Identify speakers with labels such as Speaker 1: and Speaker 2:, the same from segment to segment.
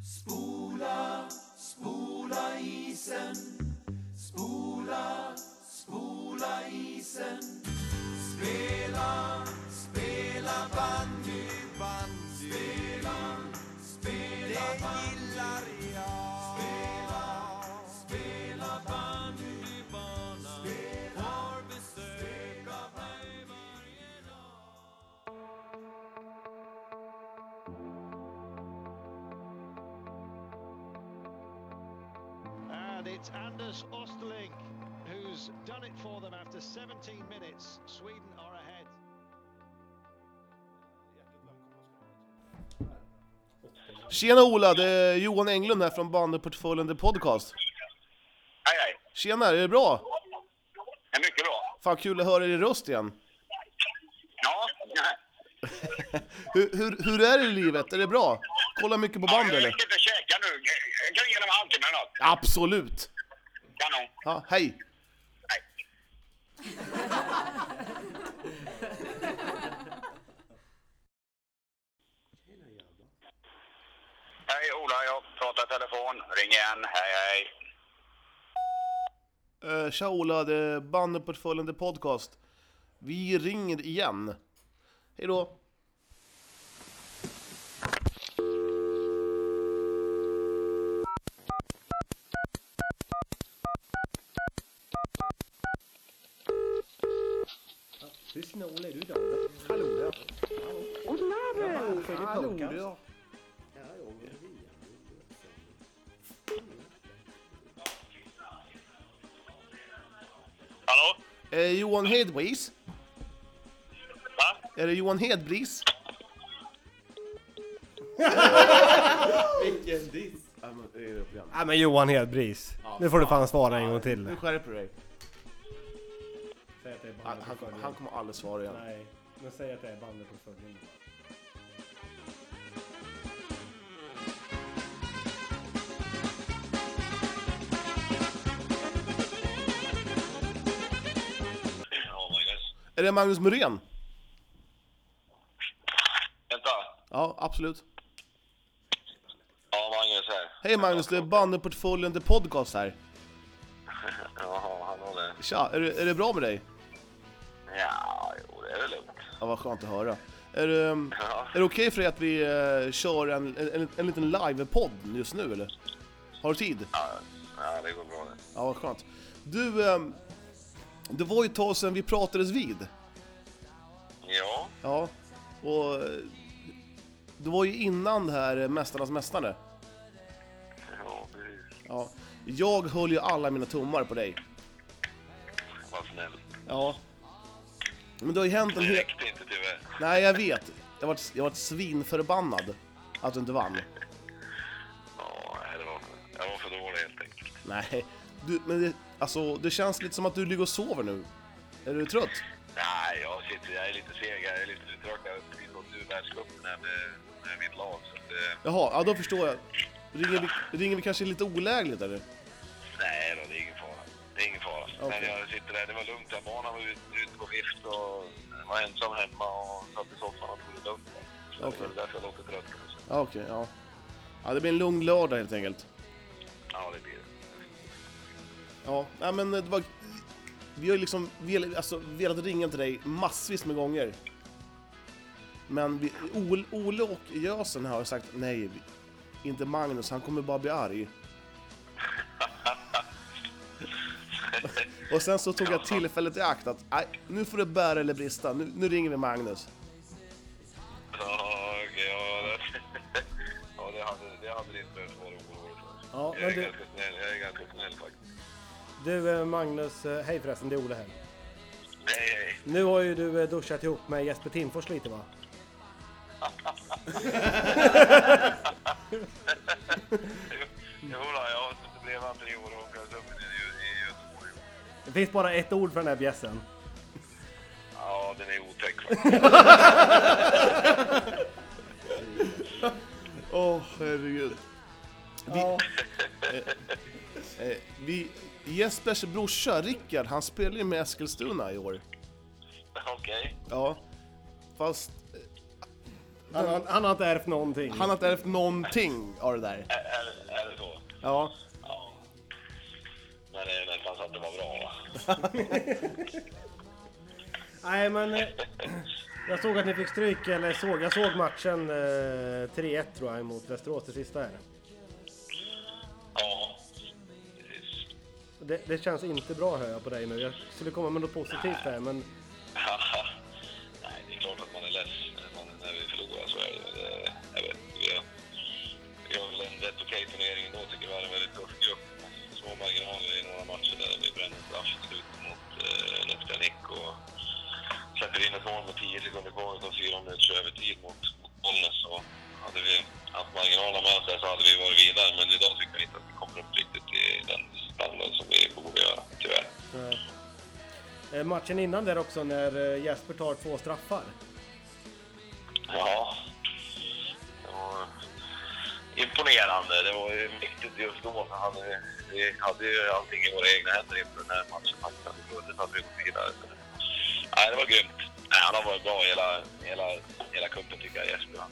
Speaker 1: Spola, spola isen. Spola, spola isen. Spela, spela bandy. bandy. Spela, spela det bandy. gillar jag. Spela, spela bandybanan. Har besök av mig varje dag.
Speaker 2: And it's Anders Osterling who's done it for them after 17 minutes. Sweden are ahead.
Speaker 3: Tjena Ola, det är Johan Englund här från Bandyportföljen The Podcast.
Speaker 4: Hej, hej.
Speaker 3: Tjena, är det bra?
Speaker 4: Det är mycket bra.
Speaker 3: Fan kul att höra din röst igen.
Speaker 4: Ja,
Speaker 3: Hur, hur, hur är det i livet? Är det bra? Kollar mycket på
Speaker 4: jag
Speaker 3: band eller?
Speaker 4: sitter och käkar nu. Jag kan ge dem en halvtimme eller något.
Speaker 3: Absolut!
Speaker 4: Kanon.
Speaker 3: Ja, hej!
Speaker 4: Hej. Hej Ola, jag pratar i telefon. Ring igen. Hej, hej.
Speaker 3: Uh, tja Ola, det är Bandyportföljen The Podcast. Vi ringer igen. Hej då!
Speaker 5: Lyssna Olle, är du där? Hallå där! Hallå där! Hallå där!
Speaker 4: Hallå?
Speaker 3: Är det Eh, Johan Hedbris?
Speaker 4: Va?
Speaker 3: Är det Johan Hedbris?
Speaker 6: Vilken diss!
Speaker 3: eh,
Speaker 5: Ja men Johan Hedbris, nu får du fan svara en gång till.
Speaker 3: Nu skärper du dig.
Speaker 5: Säg att det är
Speaker 3: Han, han, kommer- han kommer aldrig svara igen.
Speaker 5: Nej, men säg att det är bandet på följden.
Speaker 3: Är det Magnus Muren?
Speaker 4: Vänta.
Speaker 3: Ja, absolut.
Speaker 4: Ja, Magnus här.
Speaker 3: Hej Magnus, det är Bandyportföljen The Podcast här.
Speaker 4: Ja, hallå där.
Speaker 3: Tja, är det, är det bra med dig?
Speaker 4: Ja, jo, det är väl lugnt.
Speaker 3: Ja, vad skönt att höra. Är det, ehm,
Speaker 4: Ja.
Speaker 3: är det okej för dig att vi eh, kör en, en, en liten livepodd just nu eller? Har du tid?
Speaker 4: Ja, ja, det går bra det.
Speaker 3: Ja, vad skönt. Du, ehm, det var ju ett tag sedan vi pratades vid.
Speaker 4: Ja,
Speaker 3: Ja, och eh, det var ju innan det här eh, Mästarnas Mästare.
Speaker 4: ja precis.
Speaker 3: Ja, jag höll ju alla mina tummar på dig.
Speaker 4: Vad snäll.
Speaker 3: Ja. Men det har ju hänt en
Speaker 4: Det
Speaker 3: hel...
Speaker 4: räckte inte tyvärr.
Speaker 3: Nej, jag vet. Jag vart, jag vart svinförbannad att du inte vann.
Speaker 4: Ja, nej, det var, jag var för dålig helt enkelt.
Speaker 3: Nej, du, men det, alltså, det känns lite som att du ligger och sover nu. Är du trött?
Speaker 4: Nej, jag sitter, jag är lite seg, jag är lite trött. Jag har precis gått ur världscupen här med, med mitt lag. Så att, eh,
Speaker 3: Jaha, ja då förstår jag. Ringer vi, ringer vi kanske lite olägligt eller?
Speaker 4: nej då, det är ingen fara. Det är ingen fara.
Speaker 3: Okej.
Speaker 4: Men jag sitter där, det var lugnt. där. Banan var ute ut på vift och jag var ensam hemma och satt i soffan och tog det lugnt. Så
Speaker 3: Okej.
Speaker 4: Det är därför jag låter trött kanske.
Speaker 3: Ja, okej, ja. Ja, det blir en lugn lördag helt enkelt.
Speaker 4: Ja, det blir det.
Speaker 3: Ja, nej men det var... Vi har ju liksom velat, alltså, velat ringa till dig massvis med gånger. Men vi, Ol- Ole och Gösen har sagt nej, vi- inte Magnus, han kommer bara bli arg. och sen så tog jag tillfället i akt att nej, nu får det bära eller brista, nu, nu ringer vi Magnus.
Speaker 4: Ja, okej, ja, det- ja, det hade, det hade inte behövt vara orolig för.
Speaker 5: Ja,
Speaker 4: jag, är
Speaker 5: men du-
Speaker 4: ganska snäll, jag är ganska snäll faktiskt.
Speaker 5: Du eh, Magnus, eh, hej förresten, det är Olle här.
Speaker 4: Nej, hej.
Speaker 5: Nu har ju du eh, duschat ihop med Jesper Timfors lite va?
Speaker 4: Jodå, jag blev han tre år och åkte upp i, i Göteborg.
Speaker 5: Det finns bara ett ord för den här bjässen.
Speaker 4: Ja, den är otäck faktiskt.
Speaker 3: Åh, herregud. Vi,
Speaker 5: Ja.
Speaker 3: eh, eh, vi, Jespers brorsa Rickard, han spelar ju med Eskilstuna i år.
Speaker 4: Okej.
Speaker 3: Ja, fast... eh,
Speaker 5: Han, har- han har inte ärvt någonting.
Speaker 3: Han har inte ärvt någonting av det där.
Speaker 4: Är, är, det- är det så?
Speaker 3: Ja.
Speaker 4: Ja. Men det är nästan så att det var bra va?
Speaker 5: Nej, men... eh, Jag såg att ni fick stryk, eller såg, jag såg matchen eh, 3-1 tror jag mot Västerås, det sista här.
Speaker 4: Ja. Precis.
Speaker 5: Det, det känns inte bra hör jag på dig nu. Jag skulle komma med något positivt här, men...
Speaker 4: Haha. Nej, det är klart att man är less när, man, när vi förlorar. Så är det. ju. Det- Jag vet, vi, har, vi har väl en rätt okej turnering ändå. Tycker vi har en väldigt tuff grupp. Små marginaler i några matcher där vi bränner straff i slutet mot eh, en öppen nick och släpper in ett mål med 10 sekunder kvar utav fyra minuter övertid mot, mot Bollnäs. Så hade vi haft marginalerna med sig så hade vi varit vidare. Men idag tycker jag inte att vi kommer upp riktigt till den standard som vi borde göra, tyvärr.
Speaker 5: eh, eh, Matchen innan där också när eh, Jesper tar två straffar.
Speaker 4: Ja, det var imponerande. Det var ju mäktigt just då. Vi hade, vi hade ju allting i våra egna händer inför den här matchen. Faktiskt hade vi vunnit hade vi gått vidare. Så det- Nej, det var grymt. Nej, han har varit bra hela, hela, hela cupen tycker jag, Jesper. Han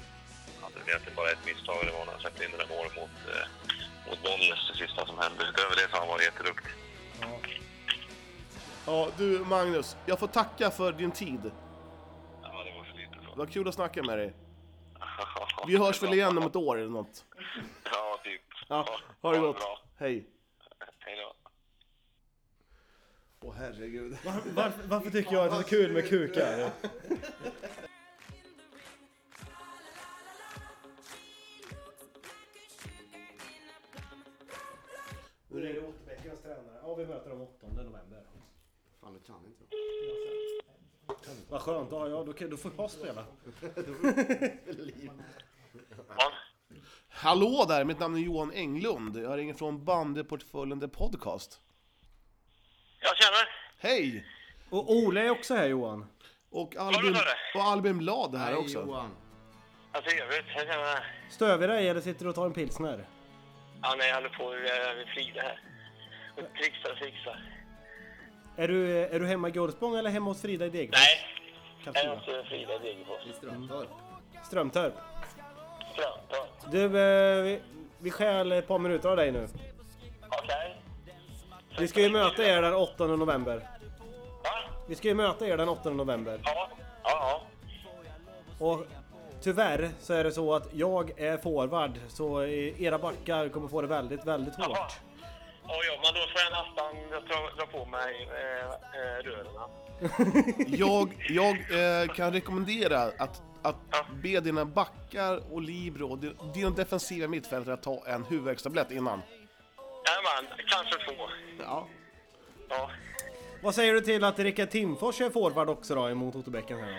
Speaker 4: hade väl egentligen bara ett misstag. Det var när han släppte in det där målet mot, eh, mot Bollnäs, det sista som hände. Utöver det så har han varit jätteduktig.
Speaker 3: Ja, du Magnus, jag får tacka för din tid.
Speaker 4: Ja, det var för lite så.
Speaker 3: Det var kul att snacka med dig. Vi hörs väl igen om ett år eller något.
Speaker 4: Ja, typ.
Speaker 3: Ja, ha det gott.
Speaker 4: bra.
Speaker 3: Hej.
Speaker 4: Hej då.
Speaker 3: Åh herregud.
Speaker 5: Varför, varför tycker jag att det är så kul med kukar? Hur är det Otterbäckens tränare? Ja, vi möter dem 8 november.
Speaker 6: Fan, det kan inte
Speaker 5: Vad skönt, ja, ja då, kan- då får jag spela.
Speaker 4: Ja.
Speaker 3: Hallå där, mitt namn är Johan Englund. Jag ringer från Bandyportföljen The Podcast.
Speaker 4: Jag känner.
Speaker 3: Hej!
Speaker 5: Och Ole är också här Johan.
Speaker 3: Och
Speaker 4: du
Speaker 3: Albin,
Speaker 4: sa
Speaker 3: och Albin Blad här
Speaker 6: jag. Hej
Speaker 3: också.
Speaker 6: Johan.
Speaker 4: Vad trevligt. Jag känner...
Speaker 5: Stör vi dig eller sitter du och tar en pilsner?
Speaker 4: Ja, nej, jag håller på med Frida här. Hon trixar och fixar.
Speaker 5: Är du, är du hemma i Gullspång eller hemma hos Frida i Degerfors?
Speaker 4: Nej, jag är
Speaker 5: Karlskrona?
Speaker 4: inte Frida Degerfors.
Speaker 6: I Strömtorp.
Speaker 5: Strömtorp.
Speaker 4: Strömtorp.
Speaker 5: Du, eh, vi, vi stjäl ett par minuter av dig nu.
Speaker 4: Okej.
Speaker 5: Vi ska ju möta er den 8 november.
Speaker 4: Va?
Speaker 5: Vi ska ju möta er den 8 november.
Speaker 4: Ja. Ja, ja.
Speaker 5: Och tyvärr så är det så att jag är forward, så eh, era backar kommer få det väldigt, väldigt
Speaker 4: Jaha.
Speaker 5: hårt.
Speaker 4: Ja, ja, men då får jag nästan dra, dra på mig eh, eh, rören.
Speaker 3: Jag, jag eh, kan rekommendera att, att be dina backar och Libro och din- dina defensiva mittfältare att ta en huvudvärkstablett innan.
Speaker 4: Jajamän, kanske två.
Speaker 3: Ja.
Speaker 4: Ja.
Speaker 5: Vad säger du till att Rickard Timfors är forward också då emot Otterbäcken här då?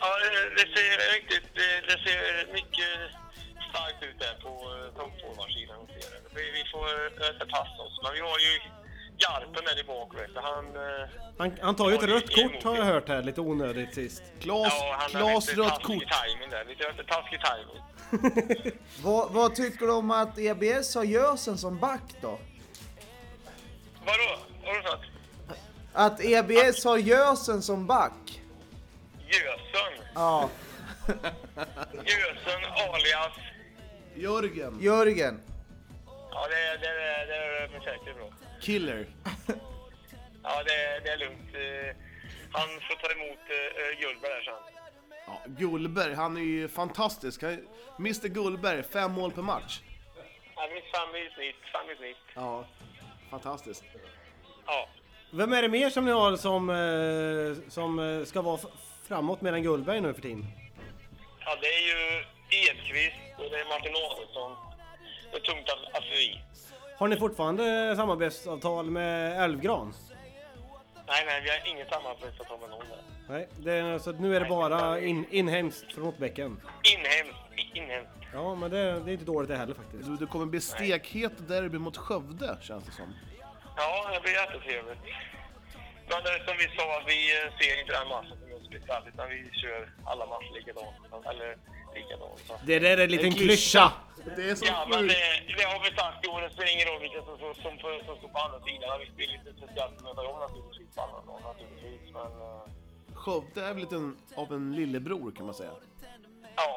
Speaker 4: Ja, eh, det ser riktigt... Det, det ser mycket starkt ut där på eh, de forwardsidan. hos er. Vi, vi får eh, inte passa oss, men vi har ju Garpen där i bak, vet du. Han... Eh,
Speaker 5: Han, han tar ju ett
Speaker 4: Ja, det-
Speaker 5: rött
Speaker 4: det är
Speaker 5: kort har jag hört här, lite onödigt sist.
Speaker 3: Klas,
Speaker 4: Ja, han har
Speaker 3: Klas
Speaker 4: lite
Speaker 3: rött
Speaker 4: taskig
Speaker 3: kort.
Speaker 4: timing där. Lite lite taskig timing.
Speaker 7: Vad, vad tycker du om att EBS har Jösen som back då?
Speaker 4: Vadå? Vad har du sagt?
Speaker 7: Att EBS E har Jösen som back?
Speaker 4: Gösen.
Speaker 7: Ja,
Speaker 4: Gösen alias.
Speaker 3: Jörgen,
Speaker 7: Jörgen.
Speaker 4: Ja, det, det, det, det är väl säkert bra.
Speaker 3: killer.
Speaker 4: Ja, det, det är lugnt. Eh, Han får ta emot uh, Gullberg där sen.
Speaker 3: Ja, Gullberg, han är ju fantastisk. Han, Mr Gullberg, fem mål per match.
Speaker 4: Han finns fem i snitt. Fem i snitt.
Speaker 3: Ja, fantastiskt.
Speaker 4: Ja.
Speaker 5: Vem är det mer som ni har som, eh, som eh, ska vara f- framåt mer än Gullberg nu för tiden?
Speaker 4: ja, det är ju Edqvist och det är Martin Adelsson. Det är tungt att, att vi.
Speaker 5: Har ni fortfarande samarbetsavtal med Älvgran?
Speaker 4: Nej, nej, vi har inget samarbete att ta med någon där.
Speaker 5: Nej, det är, så att nu är det bara in, inhemskt från Otterbäcken.
Speaker 4: Inhemskt. Inhemskt.
Speaker 5: Ja, men det, det är inte dåligt det heller faktiskt.
Speaker 3: Du, det kommer bli stekhet derby mot Skövde, känns det som.
Speaker 4: Ja, det blir jättetrevligt. Men det är som vi sa, att vi eh, ser inte den matchen som en speciell, utan vi kör alla matcher likadant. Eller likadant. så.
Speaker 5: Det där är en liten
Speaker 3: En
Speaker 5: klyscha!
Speaker 3: Det är så
Speaker 4: Ja, men
Speaker 3: sjukt.
Speaker 4: det, det har vi sagt i år. Det spelar ingen roll vilka som, som, som, som står på andra sidan. Vi vill inte speciellt möta dem naturligtvis på andra dagen, naturligtvis. Men eh,
Speaker 3: Skövde är väl lite en, av en lillebror kan man säga.
Speaker 4: ja,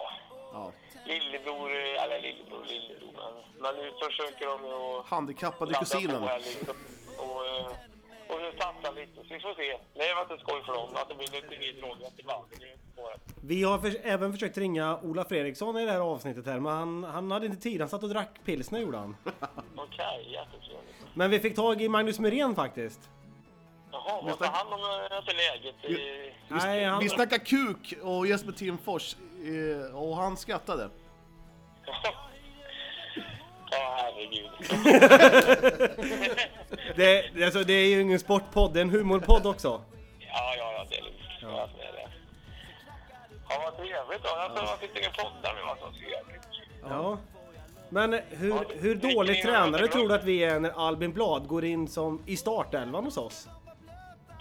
Speaker 6: Ja.
Speaker 4: Lillebror, eh, eller lillebror, lillebror. Men, men nu försöker de ju att
Speaker 3: Handikappade
Speaker 4: ladda
Speaker 3: kusinen.
Speaker 4: på här lite Och, eh, och nu satsar lite, så vi får se. Det var inte skoj för dem, att det blir lite mer tråkigt ibland. Det är inte svårare.
Speaker 5: Vi har förs- även försökt ringa Ola Fredriksson i det här avsnittet här, men han, han hade inte tid. Han satt och drack pilsner gjorde han.
Speaker 4: Okej, jättetrevligt.
Speaker 5: Men vi fick tag i Magnus Myrén faktiskt.
Speaker 4: Jaha, vad tar hand om eh, inte läget i...
Speaker 5: Nej, han,
Speaker 3: Vi snackade kuk och Jesper Timfors eh, och han skrattade.
Speaker 4: Ja, herregud.
Speaker 5: det, det- alltså, det är ju ingen sportpodd, det är en humorpodd också.
Speaker 4: Ja, ja, ja, det är lugnt. Ja. Det är det. Ja, vad trevligt då. Alltså, varför sitter ingen poddar nu? Alltså, trevligt.
Speaker 5: Ja. Men hur, hur dålig tränare tror du att vi är när Albin Blad går in som i startelvan hos oss?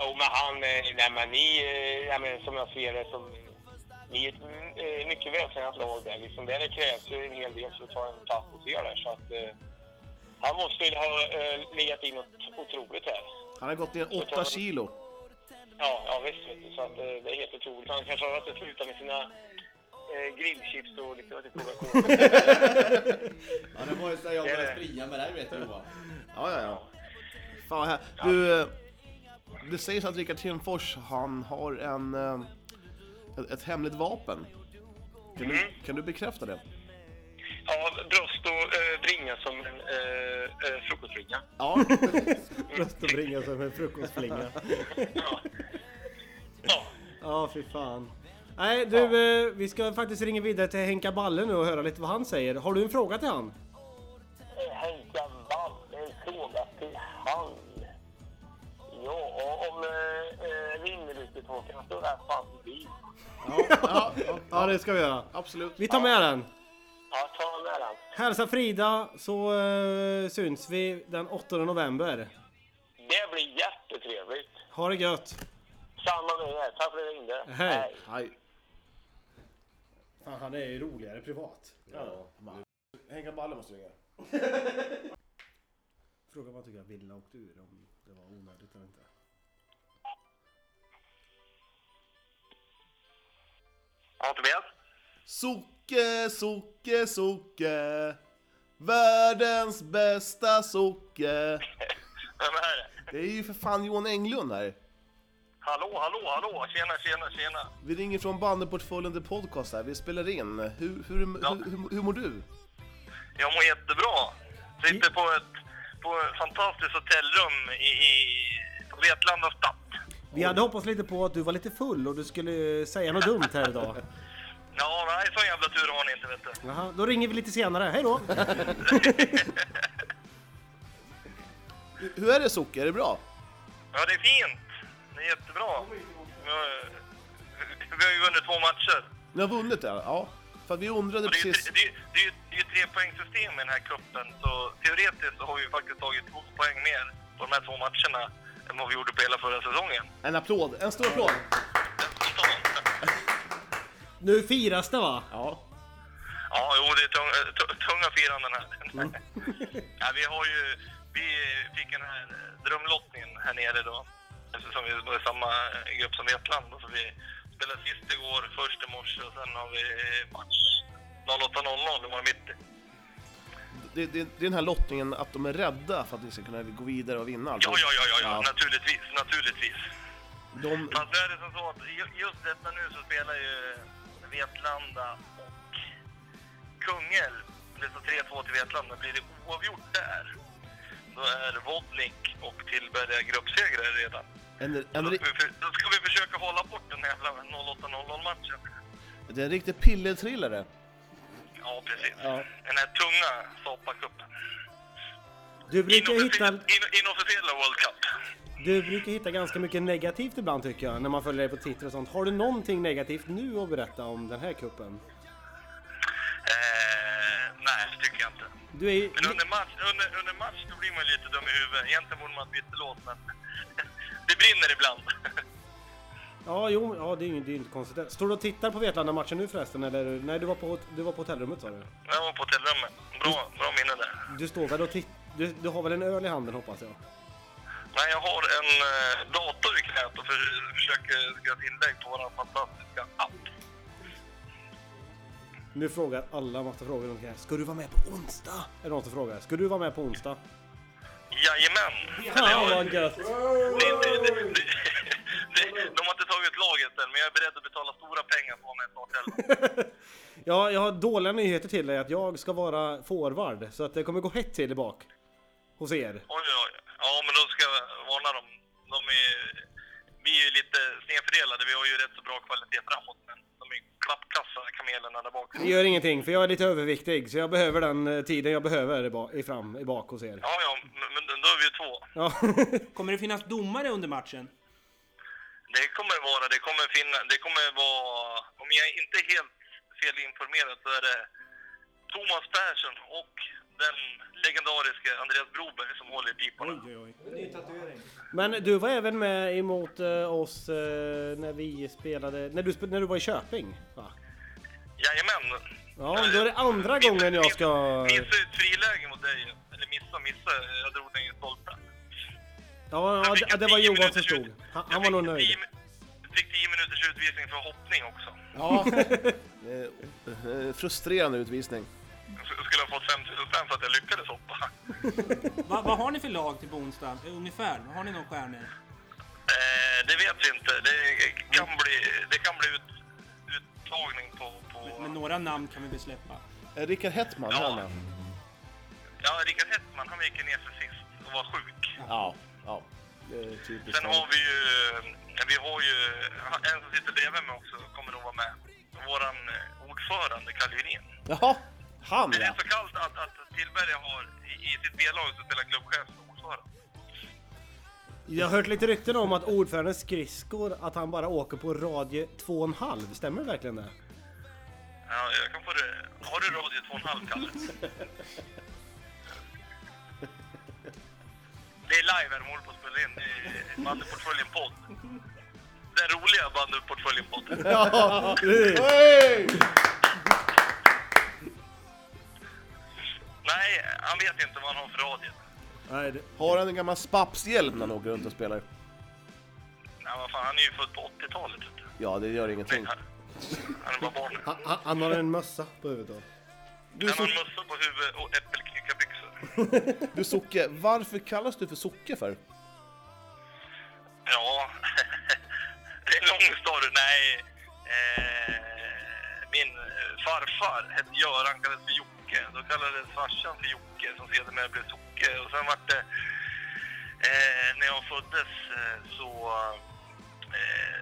Speaker 4: Jo, men han... eh, Nej, men ni... eh, Ja, men, som jag ser det så... Ni är ett mm, eh, mycket vältränat lag där. Liksom, där det krävs ju en hel del för att ta en plats och se där. Så att, eh, han måste ju ha eh, legat in något otroligt här.
Speaker 3: Han har gått ner 8 kilo.
Speaker 4: Ja, ja visst. Vet du, så att, eh, det är helt otroligt. Han kanske har varit och slutat med sina eh, grillchips och lite typ Coca-Cola.
Speaker 6: ja, det var ju så jag började springa med dig vet du Johan.
Speaker 3: Ja, ja, ja. Fan vad här. Du, eh, det sägs att Rickard Timfors, han har en... eh, Ett, ett hemligt vapen. Kan du, kan du bekräfta det?
Speaker 4: Ja, bröst och eh, bringa som en eh, eh, frukostbringa.
Speaker 3: Ja.
Speaker 5: Bröst och bringa som en frukostflinga.
Speaker 4: Ja. ja.
Speaker 5: Ja, fy fan. Nej, du, eh, vi ska faktiskt ringa vidare till Henka Balle nu och höra lite vad han säger. Har du en fråga till han?
Speaker 4: Henkan Wall, en fråga till han. Ja, och om eh, eh, Rinnerike-tårtan står där fast bil.
Speaker 3: ja, ja,
Speaker 5: Ja, det ska vi göra.
Speaker 3: absolut.
Speaker 5: Vi tar med den.
Speaker 4: Ja, ta med den.
Speaker 5: Hälsa Frida så eh, syns vi den 8 november.
Speaker 4: Det blir jättetrevligt.
Speaker 5: Ha det gött!
Speaker 4: Samma med er. Tack för att ni ringde.
Speaker 5: Hej.
Speaker 3: Hej.
Speaker 5: Fan, han är ju roligare privat.
Speaker 3: Henka Balle måste ringa.
Speaker 5: Fråga vad tycker jag Villa åkte ur om det var onödigt eller inte.
Speaker 4: Ja, Tobias?
Speaker 3: Socke, socke, socke. Världens bästa socke.
Speaker 4: Vem är det?
Speaker 3: Det är ju för fan Johan Englund här.
Speaker 4: Hallå, hallå, hallå! Tjena, tjena, tjena!
Speaker 3: Vi ringer från Bandyportföljen The Podcast här. Vi spelar in. Hur, hur,
Speaker 4: Ja.
Speaker 3: hur, hur, hur mår du?
Speaker 4: Jag mår jättebra. Sitter på ett, på ett fantastiskt hotellrum i, i på Vetlanda stad.
Speaker 5: Vi hade hoppats lite på att du var lite full och du skulle säga något dumt här idag.
Speaker 4: Ja, nej, så jävla tur har ni inte, vet du.
Speaker 5: Jaha, då ringer vi lite senare. Hej då!
Speaker 3: Hur- Hur är det Socke? Är det bra?
Speaker 4: Ja, det är fint. Det är jättebra. Vi har- Vi har ju vunnit två matcher.
Speaker 3: Ni har vunnit det? Ja. För att vi undrade
Speaker 4: Och det är ju
Speaker 3: precis.
Speaker 4: tre- det är ju- det är ju- det är ju ett trepoängssystem i den här cupen, så teoretiskt så har vi ju faktiskt tagit två poäng mer på de här två matcherna än vad vi gjorde på hela förra säsongen.
Speaker 3: En applåd. En stor applåd.
Speaker 4: Spontant.
Speaker 5: Nu firas det va?
Speaker 3: Ja.
Speaker 4: Ja, jo, det är tunga, tu- tunga firanden här. ja, vi har ju... Vi fick den här drömlottningen här nere då. Eftersom vi var i samma eh, grupp som Vetland. då, Så vi spelade sist igår, först i morse och sen har vi match 08.00 i morgon mitt. i.
Speaker 3: Det, det, det är den här lottningen att de är rädda för att ni ska kunna gå vidare och vinna.
Speaker 4: Ja, ja, ja, ja, ja. naturligtvis, naturligtvis.
Speaker 3: De,
Speaker 4: Fast nu är det som så att ju- just detta nu så spelar ju Vetlanda och Kungälv. Det står 3-2 till Vetlanda. Blir det oavgjort där, då är Wodnik och Tillberga gruppsegrare redan.
Speaker 3: en, en,
Speaker 4: Då
Speaker 3: ri-
Speaker 4: ska, vi, för- då ska vi försöka hålla bort den här jävla 08-00-matchen.
Speaker 3: det är en riktig pillertrillare.
Speaker 4: Ja, precis.
Speaker 3: Ja.
Speaker 4: Den här tunga Sopa-cupen.
Speaker 5: Du brukar
Speaker 4: Inofficiella
Speaker 5: hitta,
Speaker 4: in, inofficiella World Cup.
Speaker 5: du brukar hitta ganska mycket negativt ibland tycker jag, när man följer dig på Twitter och sånt. Har du någonting negativt nu att berätta om den här kuppen?
Speaker 4: Eh, nej, det tycker jag inte.
Speaker 5: Du är ju...
Speaker 4: Men under match, under, under match då blir man lite dum i huvudet. Egentligen borde man ha bytt låt, men det brinner ibland.
Speaker 5: Ja, jo, ja, det är ju det är ju inte konstigt. Står du och tittar på Vetlanda-matchen nu förresten? Eller? Nej, du var, på, hot- du var på hotellrummet sa du?
Speaker 4: Jag var på hotellrummet. Bra, bra minne där.
Speaker 5: Du står väl och tittar? Du, du har väl en öl i handen hoppas jag?
Speaker 4: Nej, jag har en eh, dator i knät och för, försöker göra ett inlägg på vår fantastiska app.
Speaker 5: Nu frågar alla massa frågor omkring. Ska du vara med på onsdag? Är det någon som frågar. Ska du vara med på onsdag?
Speaker 4: Jajamän!
Speaker 5: Fan vad gött!
Speaker 4: Det, det, det, det, det, de har inte tagit laget än, men jag är beredd att betala stora pengar på mig snart själv.
Speaker 5: Ja, jag har dåliga nyheter till dig att jag ska vara forward så att det kommer gå hett till i bak. Hos er.
Speaker 4: Oj, oj, oj. Ja, men då ska jag varna dem. De är, ju- vi är ju lite snedfördelade. Vi har ju rätt så bra kvalitet framåt, men de är klappkassa, kamelerna där bak.
Speaker 5: Det gör ingenting för jag är lite överviktig så jag behöver den eh, tiden jag behöver i, ba- i fram i bak hos er.
Speaker 4: Ja, ja, men men då är vi ju två.
Speaker 5: Ja.
Speaker 8: Kommer det finnas domare under matchen?
Speaker 4: Det kommer det vara, det kommer finna, det kommer vara, om jag inte är helt felinformerad så är det Thomas Persson och den legendariske Andreas Broberg som håller i piporna.
Speaker 8: Oj, oj, oj.
Speaker 5: Men du var även med emot eh, oss eh, när vi spelade, när du, spe- när du var i Köping va?
Speaker 4: Jajamän!
Speaker 5: Ja, då är det andra gången jag ska...
Speaker 4: Missade ett friläge mot dig, eller missa, missa, jag drog den i stolpen.
Speaker 5: Ja,
Speaker 4: Jag
Speaker 5: ja,
Speaker 4: fick
Speaker 5: det,
Speaker 4: en
Speaker 5: det var
Speaker 4: 10
Speaker 5: Johan som
Speaker 4: minuters
Speaker 5: stod.
Speaker 4: ut-
Speaker 5: Han,
Speaker 4: jag
Speaker 5: han var
Speaker 4: fick
Speaker 5: nog
Speaker 4: en
Speaker 5: nöjd.
Speaker 4: 10 min- Fick 10 minuters utvisning för hoppning också.
Speaker 3: Ja. Eh, eh, Frustrerande utvisning.
Speaker 4: S- Skulle ha fått 5000 spänn för att jag lyckades hoppa.
Speaker 8: Va, vad har ni för lag till på onsdag? Ungefär? Har ni några stjärnor?
Speaker 4: Eh, det vet vi inte. Det kan bli, det kan bli ut, uttagning på... på
Speaker 8: Men några namn kan vi väl släppa?
Speaker 3: Eh, Rickard Hettman,
Speaker 4: Ja.
Speaker 3: ja. han är.
Speaker 4: Ja, Rickard Hellman, han gick ju ner sig sist och var sjuk.
Speaker 3: Ja. ja. Det är typiskt.
Speaker 4: Sen har vi ju, eh, vi har ju eh, en som sitter bredvid mig också, kommer nog vara med. Våran eh, ordförande, Kalle Urin.
Speaker 3: Jaha, han
Speaker 4: Det
Speaker 3: ja.
Speaker 4: är så kallt att, att Tillberg har i, i sitt B-lag så spelar klubbchef som ordförande.
Speaker 5: Jag har hört lite rykten om att ordförandens skridskor, att han bara åker på radie 2,5. Stämmer verkligen det?
Speaker 4: Ja, jag kan få det. Har du radio 2,5, Kalle? Det är live här de håller på att spela in. Det är Bandyportföljen-podd. Den roliga Bandyportföljen-podden. Nej, han vet inte vad han har för radio.
Speaker 5: Nej, det...
Speaker 3: Har han en gammal spapshjälm när han åker runt och spelar?
Speaker 4: Nej, vad fan, han är ju född på 80-talet. vet du.
Speaker 3: Ja, det gör ingenting.
Speaker 4: Han han är bara barn.
Speaker 5: han, han, han har en mössa på huvudet då.
Speaker 3: Du,
Speaker 4: Han har
Speaker 3: so
Speaker 4: en mössa på huvudet och äppelknyckarbyxor.
Speaker 3: du Socke, varför kallas du för Socke för?
Speaker 4: Ja, det är en lång story. Nej, eh, min farfar hette Göran, kallades för Jocke. Då kallades farsan för Jocke som sedermera blev Socke. Och sen var det, eh, när jag föddes eh, så, eh,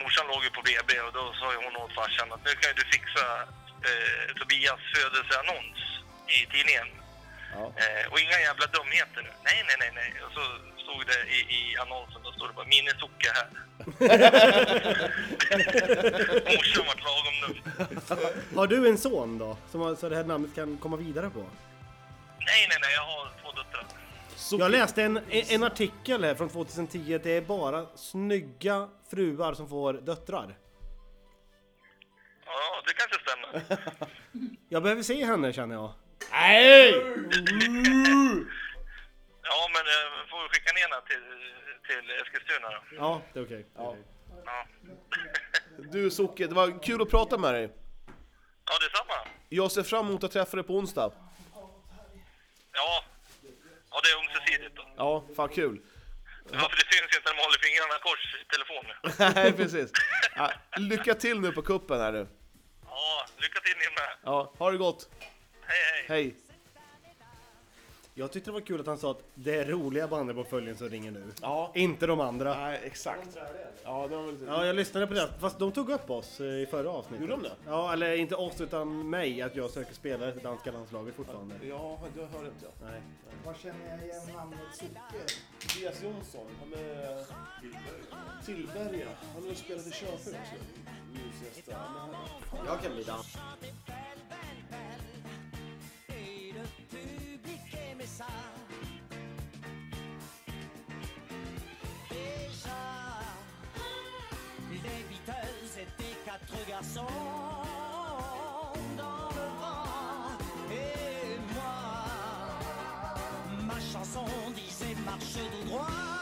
Speaker 4: morsan låg ju på BB och då sa ju hon åt farsan att nu kan ju du fixa eh, Tobias födelseannons i tidningen.
Speaker 3: Ja.
Speaker 4: Eh, och inga jävla dumheter nu. Nej, nej, nej, nej. Och så stod det i, i annonsen, då stod det bara Mine Socke här. Morsan vart lagom nu.
Speaker 5: Har du en son då? Som har, så det här namnet kan komma vidare på?
Speaker 4: Nej, nej, nej, jag har två döttrar.
Speaker 5: Jag läste en, en artikel här från 2010. Det är bara snygga fruar som får döttrar.
Speaker 4: Ja, det kanske stämmer.
Speaker 5: Jag behöver se henne känner jag.
Speaker 4: Ja, men eh, får vi skicka ner henne till, till Eskilstuna då.
Speaker 5: Ja, det är okej.
Speaker 3: Ja.
Speaker 4: Ja,
Speaker 3: Du Socke, det var kul att prata med dig.
Speaker 4: ja detsamma.
Speaker 3: Jag ser fram emot att träffa dig på onsdag.
Speaker 4: Ja. ja, det är ömsesidigt då.
Speaker 3: Ja, fan kul.
Speaker 4: Ja, för det syns inte när de håller fingrarna i kors i telefonen.
Speaker 3: Nej, precis. Ja, lycka till nu på kuppen här du.
Speaker 4: Ja, lycka till ni med.
Speaker 3: Ja, ha det gott.
Speaker 4: Hej, hej.
Speaker 3: Hej.
Speaker 5: Jag tyckte det var kul att han sa att det är roliga bandet på följen som ringer nu.
Speaker 3: Ja,
Speaker 5: Inte de andra.
Speaker 3: nej, exakt. Ja, det var väl typ-
Speaker 5: Ja, jag lyssnade på det. Fast de tog upp oss eh, i förra avsnittet.
Speaker 3: Gjorde de det?
Speaker 5: Ja, eller inte oss utan mig. Att jag söker spelare till danska landslaget fortfarande.
Speaker 3: Ja, jag hörde inte jag.
Speaker 5: Nej.
Speaker 7: Var känner jag igen namnet Socke?
Speaker 3: Elias Jonsson, han är... Tillberga. Han har spelat i Köping också. Ljusgästa.
Speaker 6: Jag kan bli dans.
Speaker 9: Déjà, les Beatles étaient quatre garçons dans le vent. Et moi, ma chanson disait marche tout droit.